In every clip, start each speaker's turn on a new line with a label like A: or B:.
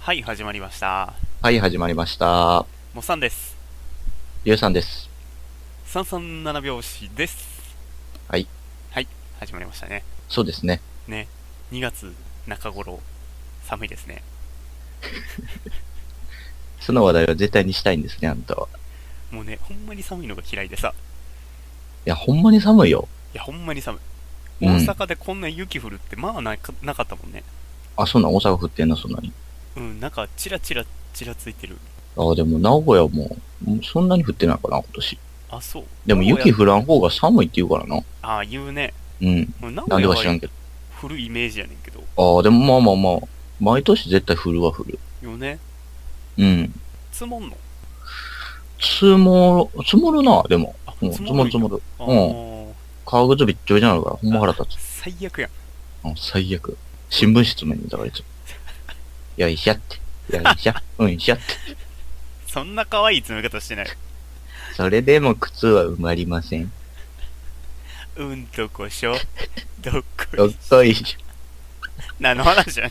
A: はい、始まりました。
B: はい、始まりました。
A: もっさんです。
B: ゆうさんです。
A: 337拍子です。
B: はい。
A: はい、始まりましたね。
B: そうですね。
A: 2月中頃、寒いですね。
B: その話題は絶対にしたいんですね、あんたは。
A: もうね、ほんまに寒いのが嫌いでさ。
B: いや、ほんまに寒いよ。
A: いや、ほんまに寒い。
B: うん
A: 大阪でこんな雪降るって、まあなかなかったもんね。
B: あ、そんなん大阪降ってんな、そんなに。
A: うん、なんか、チラチラ、チラついてる。
B: あ、でも名古屋も、んそんなに降ってないかな、今年。
A: あ、そう。
B: でも
A: 名古屋
B: 雪降らん方が寒いって言うからな。
A: ああ、言うね。
B: うん。
A: もう名
B: なん
A: 古
B: で
A: 屋
B: か知らん
A: は
B: けど。
A: 降るイメージやねんけど。
B: あー、でもまあまあまあ。毎年絶対降るは降る。
A: よね。
B: うん。
A: 積もんの
B: 積もる、積もるな、でも。
A: あ、
B: うん、積もる積もる。
A: あー
B: 革靴びっちょびちょなるから、ほんま腹立つ。
A: 最悪やん。
B: うん、最悪。新聞室にいたからいつも。 よいしょって。よいしょ。うんよいしょって。
A: そんな可愛い詰め方してない。
B: それでも靴は埋まりません。
A: うんとこ しょ。どっこ
B: どっ
A: い。
B: こいし
A: 何の話じゃん。
B: ょ。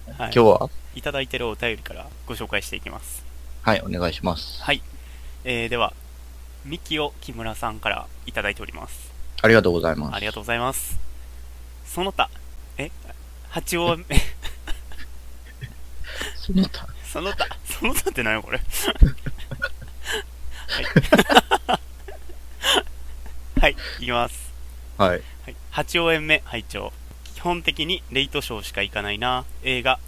A: は
B: い。今日は
A: はい、いただいてるお便りからご紹介していきます。
B: はい、お願いします。
A: はい。えー、では、みきお木村さんからいただいております。
B: ありがとうございます。
A: ありがと
B: う。
A: うございます。その他、え八王、
B: その他、
A: その他、その他って何よ これ。 はい。はい、いきます。
B: はい。
A: はい、8応援目拝聴基本的にレイトショーしか行かないな映画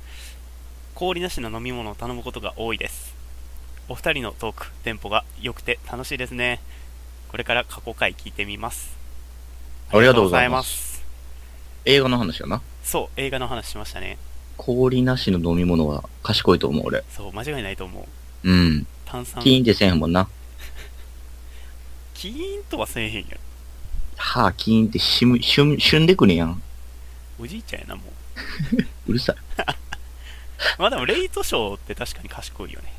A: 氷なしの飲み物を頼むことが多いですお二人のトークテンポが良くて楽しいですねこれから過去回聞いてみます
B: ありがとうございます映画の話かな。
A: そう映画の話しましたね
B: 氷なしの飲み物は賢いと思う、俺。
A: そう間違いないと思う
B: うん。
A: 炭酸
B: キーンってせえへんもんな。
A: キーンとはせえへんやん
B: 歯キーンってしむ、しゅん、しゅんでくるやん。
A: おじいちゃんやなもう
B: うるさい。
A: まあでもレイトショーって確かに賢いよね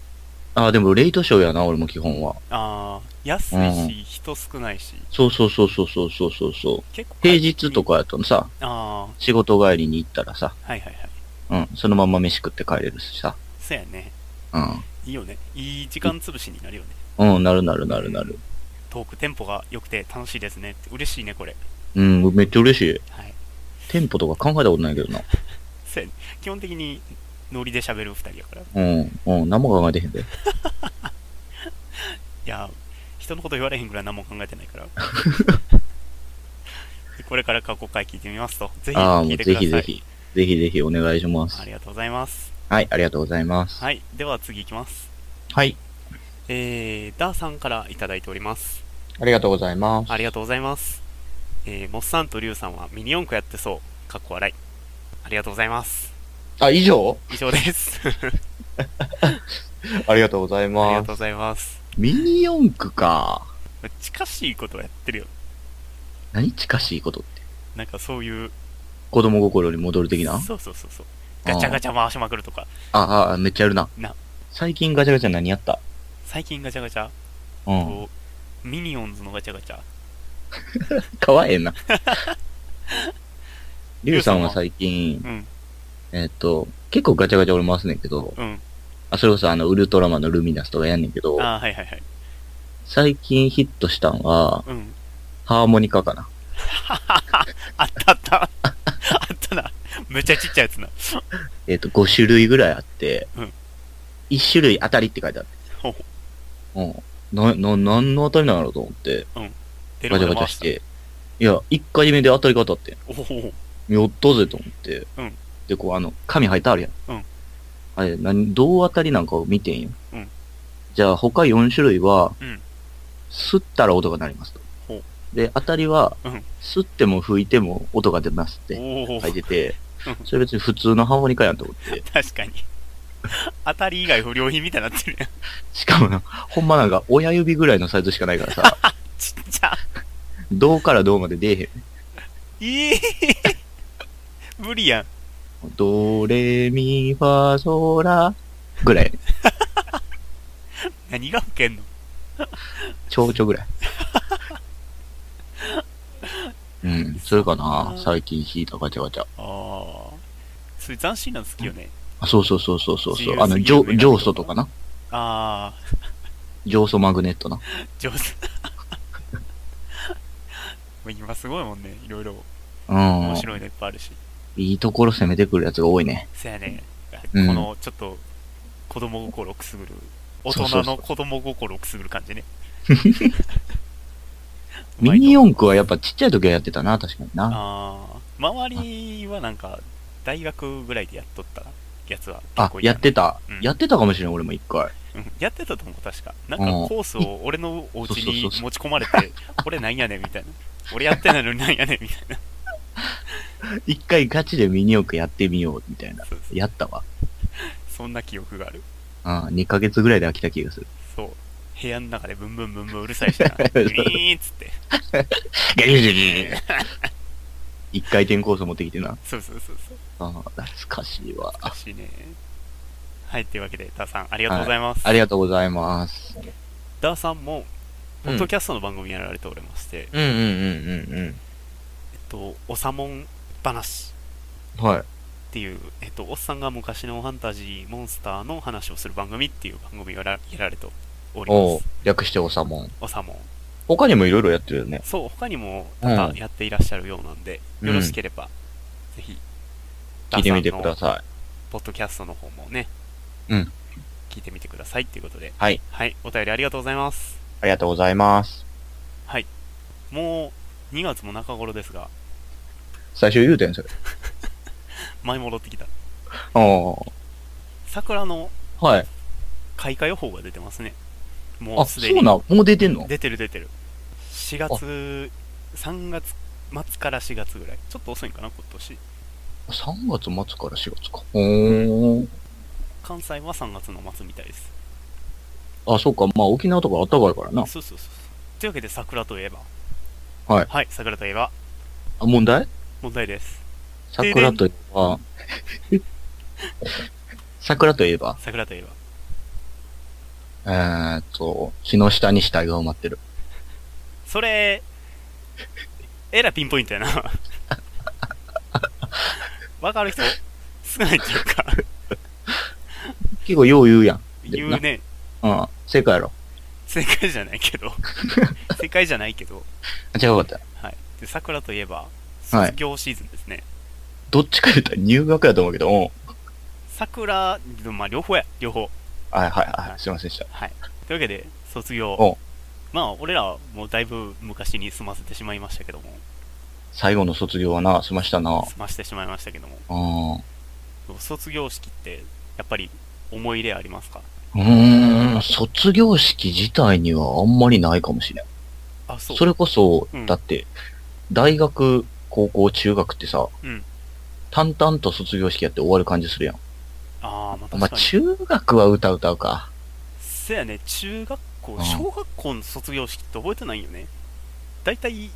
B: あー、でもレイトショーやな、俺も基本は。
A: あー安いし、人少ないし
B: そうそうそうそうそうそうそうそう。
A: 結構
B: 平日とかやとさ、
A: あ
B: 仕事帰りに行ったらさ、
A: あはいはいはい
B: うん、そのまま飯食って帰れるしさ。
A: そうやね
B: う
A: いいよね。いい時間潰しになるよね。
B: ん。うん、なるなるなるなる。
A: トーク、テンポが良くて楽しいですねって。嬉しいね、これ。
B: うん、めっちゃ嬉しい。
A: はい。
B: テンポとか考えたことないけどな。
A: そうやね。基本的にノリで喋る二人やから。い
B: うん、うん、何も考えてへんで。
A: やー、人のこと言われへんぐらい何も考えてない から。でこれから過去回聞いてみますと。ぜひ
B: ああ、も
A: 聞
B: う
A: いてく
B: ぜ
A: ださい。
B: ひぜひ、ぜひぜひお願いしま
A: あ
B: す。
A: りがとうございます。
B: はい、ありがとうございます。
A: はい。では次行きます。
B: はい、
A: えー、ダーさんからいただいております。
B: ありがとうございます。
A: ありがとうございます。えー、モッサンとリュウさんはミニ四駆やってそう。かっこ笑い。ありがとうございます。
B: あ、以上
A: 以上です。
B: ありがとうござい
A: ありが
B: ま
A: とうご
B: す。
A: ざいます。
B: ミニ四駆か。
A: 近しいことをやってるよ
B: 何近しいことって。
A: なんかそういう
B: 子供心に戻る的な
A: そうそうそうそうガチャガチャ回しまくるとか
B: ああ、めっちゃやるな。
A: な
B: 最近ガチャガチャ何やった
A: 最近ガチャガチャ
B: うん。
A: こうミニオンズのガチャガチャ
B: かわえ えな。リュウさんは最近
A: う、ん
B: えっと、結構ガチャガチャ俺回すねんけど、
A: うん
B: あ、それこそあの、ウルトラマンのルミナスとかやんねんけど、
A: ああはいはいはい
B: 最近ヒットしたんは、
A: うん
B: ハーモニカかな。
A: あったあった あったなめっちゃちっちゃいやつな
B: えっ、と、5種類ぐらいあって、
A: うん
B: 1種類当たりって書いてある。
A: ほう
B: うん。な、な、何の当たりなんだろうと思って、
A: 出
B: ガチャガチャして。いや、1回目で当たり方あって、
A: おお
B: やったぜと思って。
A: うん
B: で、こう、あの、紙入ってあるやん。
A: うん
B: あれ、何、どう当たりなんかを見てんよ。
A: うん
B: じゃあ、他4種類は、
A: うん
B: 吸ったら音が鳴りますと
A: ほう。
B: で、当たりは、
A: うん
B: 吸っても吹いても音が出ますって。
A: おお
B: 書いてて
A: うん、
B: それ別に普通のハーモニカやんと 思って。
A: 確かに当たり以外不良品みたいになってるやん
B: しかもな、ほんまなんか親指ぐらいのサイズしかないから さ、
A: ちっちゃ
B: 銅から銅まで出え
A: ええ無理やん
B: へん。ドレミファソラぐらい。
A: 何がウケんの
B: 蝶 々ぐらい。うん、それかな
A: うん
B: 最近引いたガチャガチャ。
A: ああそういう斬新なの好きよね。
B: あそうそうそうそうそうそう。あ
A: 自由す
B: の、
A: ぎる
B: ジョ、
A: 目が
B: ジョーソとかな。
A: ああ、
B: ジョーソマグネットな。
A: 上手。もう今すごいもんね、いろいろ。
B: う
A: 面
B: ん。
A: 白いのいっぱいあるし。
B: いいところ攻めてくるやつが多いね。
A: そやね、
B: うん
A: このちょっと子供心をくすぐる、大
B: そう
A: 人
B: そうそ
A: の
B: う
A: 子供心をくすぐる感じね。
B: ミニ
A: ン
B: 四駆はやっぱちっちゃい時はやってたな、確かにな。
A: あー周りはなんか、大学ぐらいでやっとったやつは
B: あ
A: 結構、いた
B: やってた
A: うん。
B: やってたかもしれん、俺も一回。
A: うんやってたと思う、確か。なん
B: う
A: か
B: ん
A: コースを俺のお家
B: そうそう
A: に
B: そうそう
A: 持ち込まれて、 俺なんやねんみたいな。俺やってないのになんやねんみたいな。
B: 一回ガチでミニ四駆やってみよう、みたいな。
A: そうそう
B: やったわ。
A: そんな記憶がある。
B: うん、2ヶ月ぐらいで飽きた気がす る。
A: そう。部屋の中でブンブンブンブンうるさい しな。ウィーンっつって。
B: ガリガリガリガリ一回転コース持ってきてな。
A: そうそうそうそう。
B: あー懐かしいわ。
A: しいね。はい、というわけで、ダーさん、ありがとうございます。
B: ありがとうございます。
A: ダーさんも、ポッド
B: キャ
A: キャストの番組やられておりまして、
B: うんうんうんうん
A: えっと、おさもん話
B: うん。はい。
A: っていう、えっと、おっさんが昔のファンタジー、モンスターの話をする番組っていう番組をやらやられており
B: お
A: ま
B: う
A: す。
B: 略しておさもん。
A: おさもん。
B: 他にもいろいろやってるよね。
A: そう、他にも、ま
B: う
A: た
B: ん
A: やっていらっしゃるようなんで、
B: うん
A: よろしければ、ぜひ、
B: 聞いてみてく
A: ダー
B: だ
A: さんの
B: さ
A: ポッドキャストの方もね、
B: うん
A: 聞いてみてくださいということで
B: い。、はい。
A: はい、お便りありがとうございます。
B: ありがとうございます。
A: もう、2月も中頃ですが、
B: 最初言うてん、それ。
A: 前戻ってきた
B: お
A: 桜の
B: ーはい。
A: 開花予報が出てますねも
B: あ、
A: うす
B: そ
A: で
B: うな
A: に
B: ん、もう出てんの
A: 出てる出てる4月3月末から4月ぐらいちょっと遅いんかな今年
B: ?3 月末から4月か。おー。
A: 関西は3月の末みたいです
B: あ、そうか。まあ、沖縄とかあったかいからな。
A: そうそうそうそうというわけで桜といえば
B: はい
A: はい桜といえば
B: あ、問題
A: 問題です
B: 桜といえ ば、桜といえば、
A: 桜といえば
B: えーっと、木の下に死体が埋まってる。
A: それえらいピンポイントやな わかる人少ないっていうか
B: 結構よう言うやん。
A: 言うね
B: うん。正解やろ。
A: 正解じゃない けど正解じゃないけど
B: あ、違うかった。
A: はい、で桜といえば
B: はい
A: 卒業シーズンですね、
B: どっちか言ったら入学やと思うけど、うん。
A: 桜、まあ、両方や両方
B: はいはいはい。すいませんでした。
A: はいというわけで卒
B: お
A: 業まあ俺らはもうだいぶ昔に済ませてしまいましたけども
B: 最後の卒業はな、済ましたな。
A: 済ましてしまいましたけども
B: うん。
A: 卒業式ってやっぱり思い入れありますか
B: うーん、卒業式自体にはあんまりないかもしれん。
A: あそ
B: そうれこそ、
A: うん
B: だって、大学、高校、中学ってさ、
A: うん
B: 淡々と卒業式やって終わる感じするやん。
A: ああまあ
B: ま
A: 確
B: あ、
A: かに
B: 中学は歌歌うか。
A: せやね中学校
B: うん
A: 小学校の卒業式って覚えてないよね大体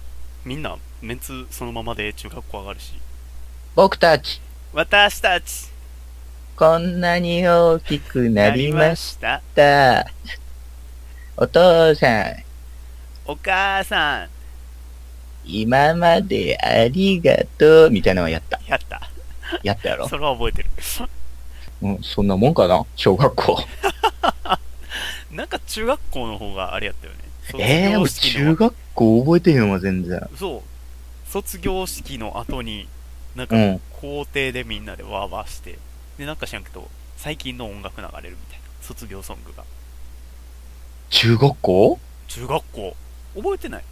A: みんなメンツそのままで中学校上がるし
B: 僕たち、
A: 私たち
B: こんなに大きくなりまし
A: した
B: た。お父さん、
A: お母さん
B: 今までありがとう。みたいなのはやった。
A: やった
B: やったやろ。
A: それは覚えてる
B: うん、そんなもんかな小学校。
A: なんか中学校の方があれやったよね卒
B: ええー、
A: 業
B: 俺
A: 式
B: 中
A: の
B: 学校覚えてへんわ、全然。
A: そう卒業式の後になんか
B: うん。
A: 校庭でみんなでワーワーしてでなんか知らんけど最近の音楽流れるみたいな卒業ソングが
B: 中学校
A: 中学校覚えてない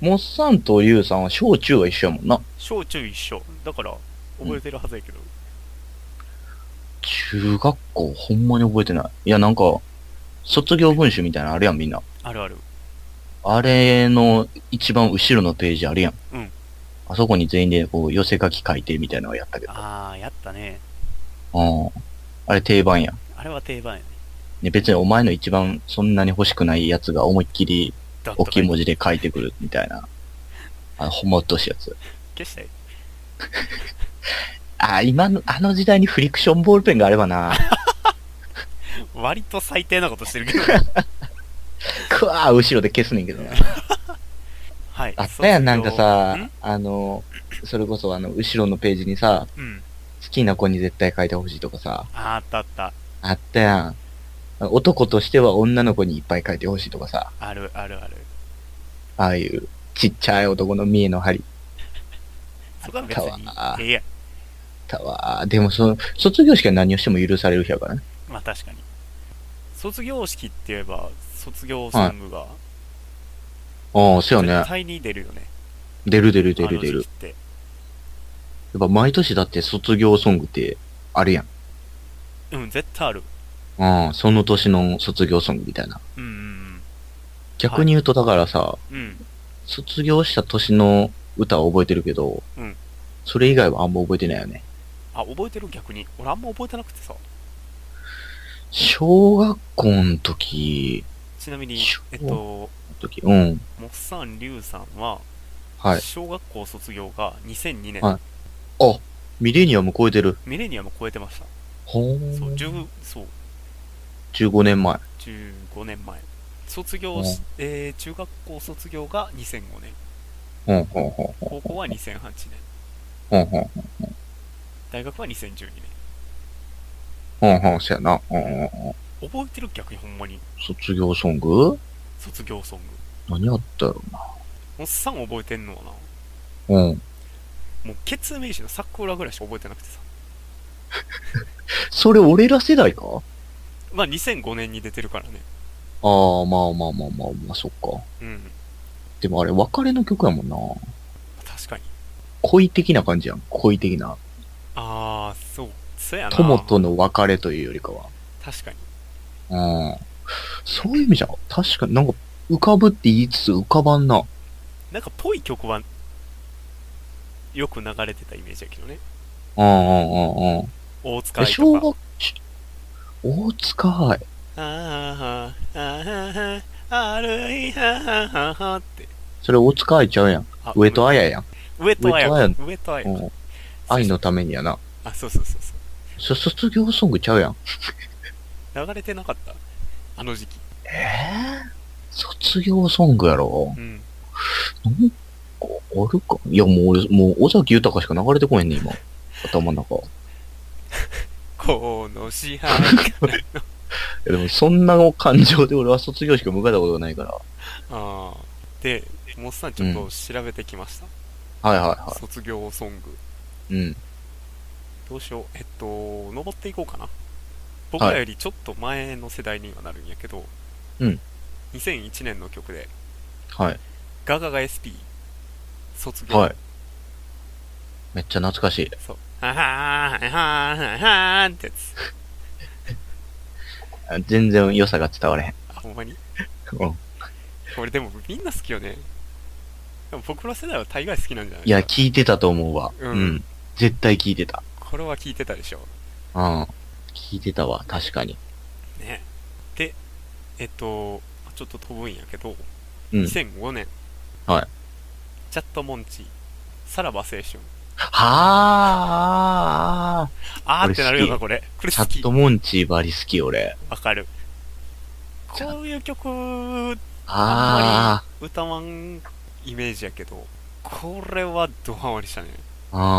B: モッサンとリュウさんは小中は一緒やもんな。
A: 小中一緒だから覚えてるはずやけど、
B: 中学校ほんまに覚えてない。いや、なんか、卒業文集みたいなのあるやん、みんな。
A: あるある
B: あれの一番後ろのページあるやん。
A: うん
B: あそこに全員でこう寄せ書き書いてみたいなのをやったけど。
A: ああやったね
B: うん。あれ定番やん。
A: あれは定番やね
B: ね、別にお前の一番そんなに欲しくないやつが思いっきり
A: だった
B: 大
A: か
B: きい文字で書いてくるみたいな。あの、ほんまうっとうしいやつ。
A: 消したい
B: あ、今の、あの時代にフリクションボールペンがあればな。
A: 割と最低なことしてるけど
B: くわー、後ろで消すねんけどな。
A: はい
B: あったやん、なんかさ
A: ん、
B: あの、それこそあの、後ろのページにさ、
A: うん
B: 好きな子に絶対書いてほしいとかさ、
A: あーあったあった。
B: あったやん。男としては女の子にいっぱい書いてほしいとかさ、
A: あるあるある。
B: ああいうちっちゃい男の見栄の張り
A: そこは別に
B: あったわ。
A: ええやん。
B: だわ。でもその、卒業式は何をしても許される日やからね。
A: まあ確かに。卒業式って言えば、卒業ソングが
B: ああ、そうよ
A: 絶
B: ね。
A: 対に出るよね。
B: 出る出る出る出
A: あの
B: る
A: 時期。って。
B: やっぱ毎年だって卒業ソングってあるやん。
A: うん、絶対ある。
B: うん、その年の卒業ソングみたいな。
A: うんうん
B: 逆に言うとだからさ、
A: うん。うん。
B: 卒業した年の歌は覚えてるけど、
A: うん
B: それ以外はあんま覚えてないよね。
A: あ、覚えてる逆に。俺あんま覚えてなくてさ。
B: 小学校の時、
A: ちなみに
B: 小、
A: えっと、
B: 時、うん、
A: モッサン・リュウさんは、
B: はい。
A: 小学校卒業が2002年、
B: はいあ、ミレニアム超えてる。
A: ミレニアム超えてました。
B: ほ
A: そう、
B: ー
A: 10そう、
B: 15年前。
A: 15年前。卒業し、えー中学校卒業が2005年。
B: ほんほんほんほん
A: 高校は2008年。
B: ほんほん
A: 大学は2012年。
B: ほんほん、そやな。うんうんうん
A: 覚えてる逆にほんまに。
B: 卒業ソング
A: 卒業ソング。
B: 何あったやろ
A: おっさん覚えてんのはな。
B: な。うん。
A: もう、決明詞の桜ぐらいしか覚えてなくてさ。
B: それ俺ら世代か
A: まあ、2005年に出てるからね。
B: ああ、まあまあまあまあまあ、そっか。
A: うん。
B: でもあれ、別れの曲やもんな。
A: 確かに。
B: 恋的な感じやん。恋的な。
A: あー、そう。そうやな。
B: 友との別れというよりかは。
A: 確かに。
B: うん。そういう意味じゃ、確かになんか、浮かぶって言いつつ浮かばんな。
A: なんか、ぽい曲は、よく流れてたイメージやけどね。
B: うんうんうんうん。
A: 大塚
B: え
A: 愛
B: 小
A: とか。
B: 学、大塚愛。
A: あーはーあーはーあるいはーはーはーって。
B: それ大塚愛ちゃうやん。
A: あ
B: 上戸彩やん。
A: 上戸彩上
B: 上
A: 戸彩
B: うん。愛のためにやな。
A: あ、そうそうそうそう。
B: そ、卒業ソングちゃうやん。
A: 流れてなかったあの時期。
B: ええ卒業ソングやろ
A: うん。
B: なんか、あるかいや、もう俺、もう、尾崎豊しか流れてこへんね、今。頭の中。い
A: この支配。
B: や、でも、そんな感情で俺は卒業式を迎えたことがないから。
A: あーで、モッさんちょっと調べてきました。
B: はいはいは
A: 卒業ソング。
B: い。うん。
A: どうしよう。えっと、登っていこうかな。僕らよりちょっと前の世代にはなるんやけど、
B: うん
A: 2001年の曲で、
B: はい。
A: ガガガ SP、卒業。
B: はい。めっちゃ懐かしい。
A: そう。ははーんはーんはーんはーんってやつ。
B: あ全然良さが伝われへん。
A: あ、ほんまに
B: うん。
A: 俺でもみんな好きよね。でも僕の世代は大概好きなんじゃない
B: いや、聞いてたと思うわ。
A: うん
B: うん。絶対聞いてた。
A: これは聞いてたでしょ。
B: うん。聞いてたわ、確かに。
A: ね。で、えっと、ちょっと飛ぶんやけど、
B: うん。
A: 2005年。
B: はい。
A: チャットモンチー、さらば青春。
B: はあ
A: あーってなるよな、
B: 俺好き
A: これ。これ
B: チ
A: 好
B: ャッ
A: き
B: ト。モンチーバリ好き、俺。
A: わかる。
B: チャ
A: こういう曲、
B: あ
A: 歌わんイメージやけど、これはドハマりしたね。
B: あ。ああ、あ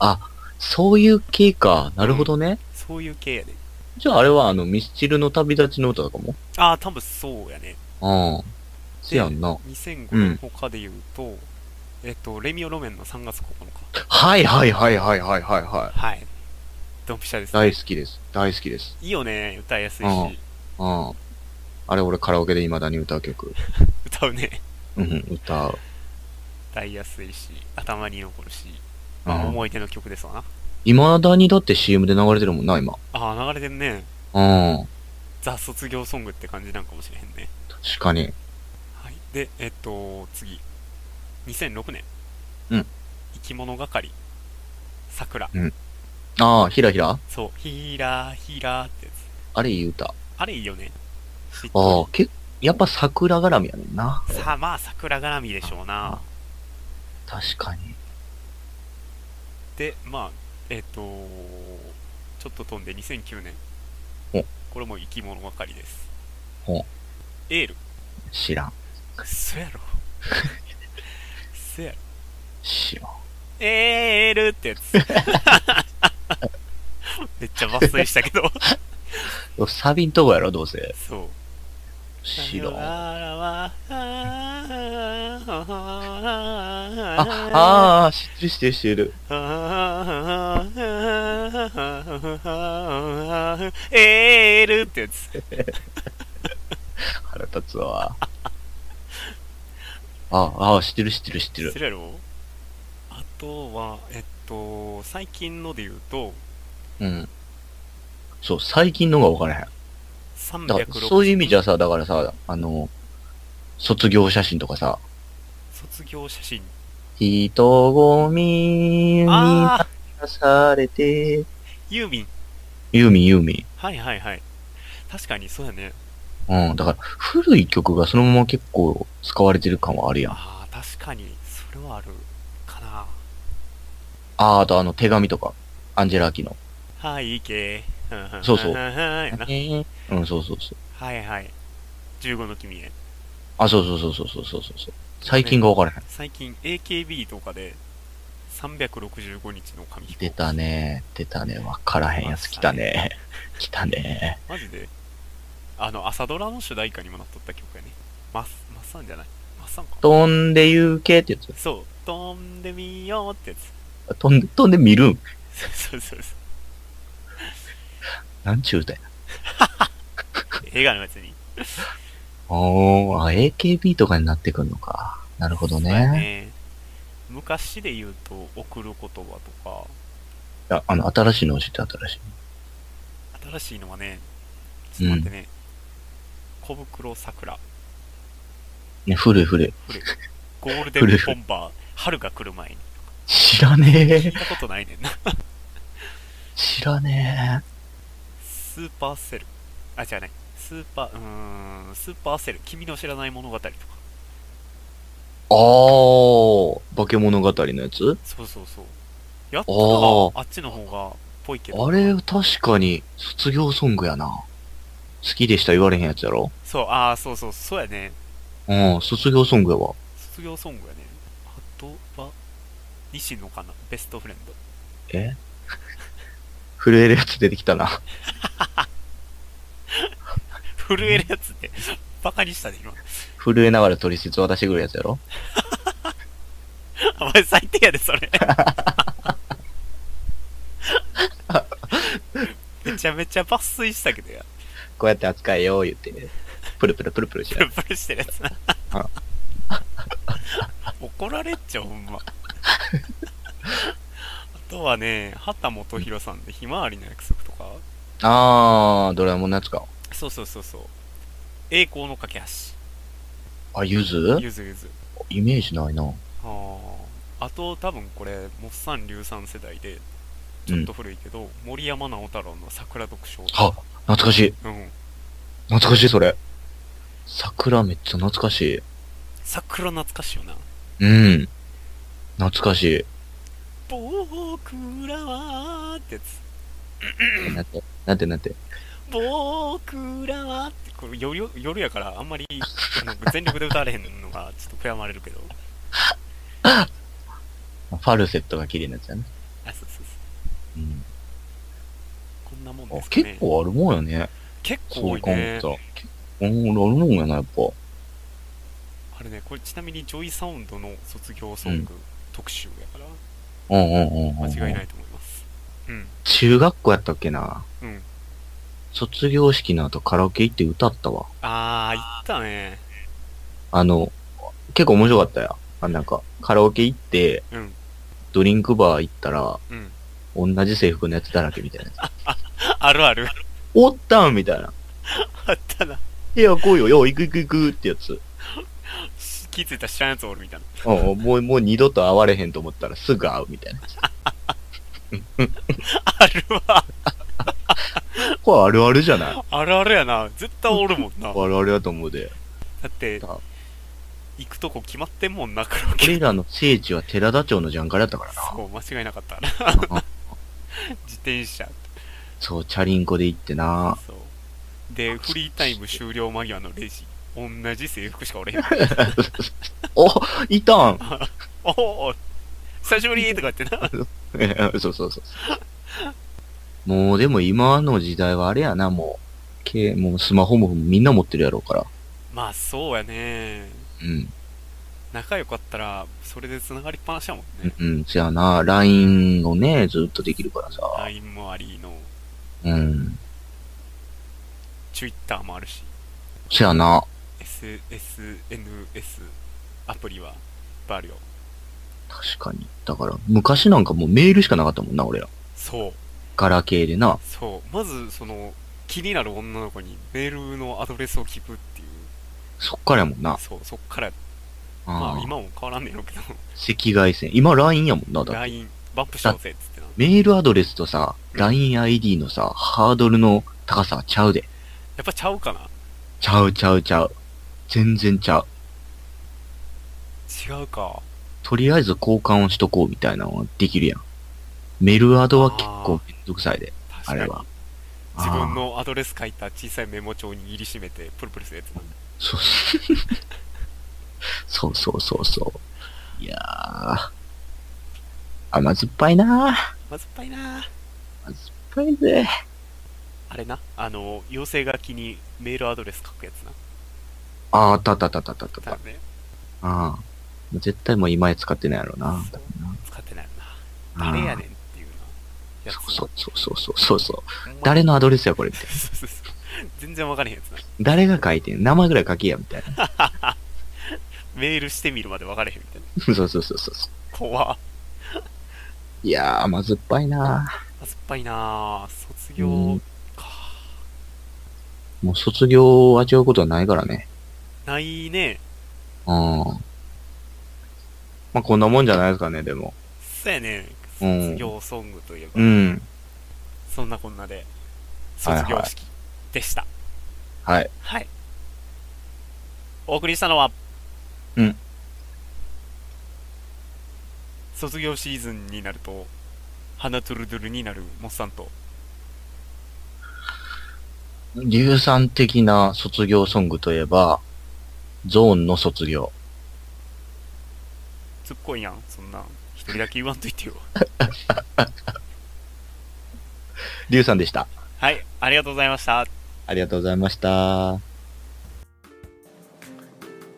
B: あ、ああ。あ、そういう系か。なるほどね。
A: そういう系やで。
B: じゃああれはあの、ミスチルの旅立ちの歌とかも
A: ああ、多分そうやね。
B: うん。せやんな。
A: 2005
B: うん
A: 年他で言うと、えっと、レミオロメンの3月9日。
B: はいはいはいはいはいはいは
A: はい。ドンピシャで
B: い。
A: す、
B: 大好きです。大好きです。
A: いいよね、歌いやすいし。
B: うんうん。あれ俺カラオケで未だに歌う曲。
A: 歌うね。
B: うん、歌う。
A: 歌いやすいし、頭に残るし、
B: う
A: まあ
B: ん。
A: 思い出の曲ですわな。
B: 未だにだって CM で流れてるもんな、今。
A: ああ、流れてんね。
B: うん。
A: ザ卒業ソングって感じなんかもしれへんね。
B: 確かに。
A: はい。で、えっと、次。2006年。
B: うん。
A: 生き物係。桜。
B: ああ、ひらひら
A: そう。ひらひらってやつ。
B: あれいい歌。
A: あれいいよね。知っ
B: ああ
A: と、
B: け、やっぱ桜絡みやねんな。
A: るさあ、まあ、桜絡みでしょうな。
B: 確かに。
A: でまあえっ、とちょっと飛んで2009年
B: お
A: これも生き物ばかりです
B: お
A: エール
B: 知らん。
A: そやろそやろ
B: 知らん。
A: エールってやつ。 めっちゃ抜粋したけ ど。
B: サビんとこやろ、どうせ。
A: そう。
B: 知らん。あ、
A: ああ
B: ああ、知ってる知ってる知ってる。
A: エールってやつ。
B: 腹立つわ。ああ、ああ、知ってる知ってる知ってる
A: そ。れやろあとは、えっと、最近ので言うと、
B: うん。そう、最近のが分からへん。だから、
A: 360
B: そういう意味じゃさ、だからさ、あの、卒業写真とかさ、
A: 卒業写真。
B: 人混みに
A: ああ、
B: 流されて、
A: 郵便。
B: ユーミンユーミ
A: はいはいはい。確かにそうやね。
B: ン。うん、だから、古い曲がそのまま結構使われてる感はあるやん。あ
A: ああ、確かに、それはあるかな。
B: あ、あとあの、手紙とか、アンジェラアキの。
A: はい、いけ。ん
B: そ うそうん
A: やな
B: うん、そうそうそう。
A: はいはい。15の君へ。
B: あ、そうそうそうそうそうそうそう。最近が分からへん。
A: 最近 AKB とかで365日の紙飛行
B: 出たね出たね分からへんやつ来たね来たね
A: マジであの、朝ドラの主題歌にもなっとった曲やね。マス、マッサンじゃないマッサンか。
B: 飛んで行けってやつ。
A: そう。飛んでみようってやつ。
B: 飛んで、飛んで見るん。
A: そうそうそう。
B: なんちゅう歌や。
A: 映画のやつに。
B: おー、あ、AKB とかになってくんのか。なるほど
A: そうや
B: ね。
A: ね昔で言うと、送る言葉とか、
B: ああの、新しいの教えて、新しい
A: 新しいのはね、ちょっと待ってね、小袋桜。
B: の。ね、古い古い。
A: 古いゴールデンボンバー、春が来る前に。
B: 知らね
A: 聞
B: え。
A: いたことないねんな。
B: 知らね
A: スーパーセル。あ、じゃない。スーパー、うーん、スーパーセル。君の知らない物語とか。
B: え。あー、化け物語のやつ
A: そうそうそう。やったら、
B: お
A: あっちの方が、ぽいけど。
B: あれ、確かに、卒業ソングやな。好きでした言われへんやつやろ
A: そう、ああ、そうそう、そうやね。
B: うん、卒業ソングやわ。
A: 卒業ソングやね。あとは、西野かな。ベストフレンド。
B: え震えるやつ出てきたな。
A: 震えるやつって、バカにしたね、今。
B: 震えながら取説渡してくるやつやろ
A: お前最低やで、そ れ。めちゃめちゃ抜粋したけどや。
B: こうやって扱えよ、言ってね。プルプルプルプルし
A: プ
B: な
A: ルプルしてるやつな
B: あ。
A: 怒られっちゃうほんま。あ とはね、畑基博さんでひまわりの約束とか。
B: あー、ドラえもんのやつか。
A: そうそうそうそう。栄光の架け
B: あ、ゆず
A: 橋。ゆずゆず。
B: イメージないな。
A: ああ。あと多分これ、モッサン硫酸世代で、ちょっと古いけど、森山直太朗の桜読書。
B: は、懐かしい。
A: うん。
B: 懐かしい、それ。桜めっちゃ懐かし
A: 桜懐かしいよな。
B: い。うん。懐かしい。
A: 僕らはってやつ。
B: なんて、なんて、なんて。
A: 僕らはって、これ夜夜やからあんまりあの全力で歌われへんのがちょっと悔やまれるけど。
B: ファルセットが綺麗なやつやね。
A: あ、そうそうそ
B: うん。
A: う。こんなもん
B: あ
A: です、かね。
B: 結構あるもんやね。
A: 結構
B: そ
A: 多
B: う
A: い
B: 考え
A: ね
B: た。ら。結構あるもんやな、やっぱ。
A: あれね、これちなみにジョイサウンドの卒業ソング特集やから、
B: うんうんうんうんうん。。
A: 間違いないいと思います。うん。
B: 中学校やったっけな。
A: うん。
B: 卒業式の後カラオケ行って歌ったわ。
A: あー、言ったね。
B: あの、結構面白かったよ。あなんか、カラオケ行って、
A: うん。
B: ドリンクバー行ったら、
A: うん。
B: 同じ制服のやつだらけみたいなやつ。
A: あるある。
B: おったんみたいな。
A: あったな。
B: いや、来いよ。よ、行く行く行くってやつ。
A: 気づいたら知らんやつおるみたいな。
B: うん、もう、もう二度と会われへんと思ったらすぐ会うみたいなやつ。
A: あるわ。
B: これあるあるじ ゃない
A: あるあるやな。絶対おるもんな。
B: あるあるだと思うで。
A: だって
B: あ、
A: 行くとこ決まってんもんな、カラオケ。
B: 俺らの聖地は寺田町のジャンカラやったから
A: そう、間違いなかった。
B: な。
A: 自転車。
B: そう、チャリンコで行ってな。
A: そう。で、フリータイム終了間際の0時。同 じ制服しかおれへん。
B: お、いたん
A: おお久しぶりとか言ってな。
B: そうそうそう。もうでも今の時代はあれやな、もう。けもうスマホもみんな持ってるやろうから。
A: まあそうやね。
B: うん。
A: 仲良かったら、それで繋がりっぱなしだもんね。
B: うん、せやな、LINE をね、ずっとできるからさ。
A: LINE もありの、
B: うん。
A: Twitter もあるし、
B: せやな。
A: S、SNS アプリはいっぱいあるよ。
B: 確かに。だから、昔なんかもうメールしかなかったもんな、俺ら。
A: そう。
B: ガラケーでな。
A: そう。まず、その、気になる女の子にメールのアドレスを聞くっていう。
B: そっからやもんな。
A: そう、そっから、ま
B: あ
A: あ
B: あ。
A: 今も変わらんねえろうけど、
B: 赤外線。今 LINE やもんな。だって
A: LINE、バンプしようぜっつってな。
B: メールアドレスとさ、LINEID のさ、ハードルの高さはちゃうで。
A: やっぱちゃうかな
B: ちゃうちゃうちゃう。全然ちゃう。
A: 違うか。
B: とりあえず交換をしとこうみたいなのはできるやん。メルアドは結構めんどくさいで、
A: 確
B: あ
A: か
B: れ
A: に。
B: は。
A: 自分
B: あー。
A: のアドレス書いた小さいメモ帳に握りしめて、プルプルするやつな。
B: そう そうそうそうそう。いやー。甘酸っぱいなー。
A: まずっぱいな
B: 甘酸っぱいぜ。
A: あれな、あの、要請がきにメールアドレス書くやつな。
B: あー、あったあったあったあったあったあった。
A: 多
B: あ
A: 分ね、
B: あー。もう絶対もう今や使ってないやろうな。
A: そう使ってないよな。
B: あー
A: 誰やねんっていうな。やつな
B: そうそうそうそうそうそう。
A: ほんま
B: 誰のアドレスやこれみたいな。
A: そうそうそう 全然わからへんやつな。
B: 誰が書いてん名前ぐらい書けやみたいな。
A: メールしてみるまでわからへんみたいな。
B: そうそうそうそうそう。
A: 怖っ
B: いやー、甘酸っぱいなー。
A: まずっぱいな卒
B: う
A: 業
B: ん
A: か。
B: もう卒業を味わうことはないからね。
A: ないね。
B: うん。まあ、こんなもんじゃないですかね、でも。
A: そうやね。
B: うん
A: 卒業ソングといえば、
B: うん。
A: そんなこんなで、
B: はいはい
A: 卒業式でした。
B: はい。
A: はい。お送りしたのは、
B: うん。
A: 卒業シーズンになると、花トゥルドゥルになるモッサンと、
B: 硫酸的な卒業ソングといえば、ゾーンの卒業。
A: つっこいやん、そんなん。一人だけ言わんといて よ。
B: 硫酸でした。
A: はい、ありがとうございました。
B: ありがとうございました。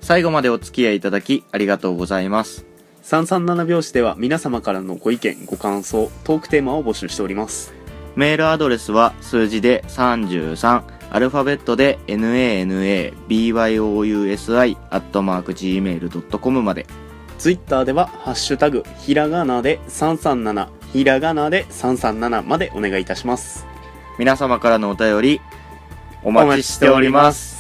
C: 最後までお付き合いいただきありがとうございます。
A: 337拍子では皆様からのご意見、ご感想、トークテーマを募集しております。
C: メールアドレスは数字で33、アルファベットで nanabyousi アットマーク gmail.com まで。
A: ツイッターでは、ハッシュタグ、ひらがなで337、ひらがなで337までお願いいたします。
C: 皆様からのお便りお待ちしております。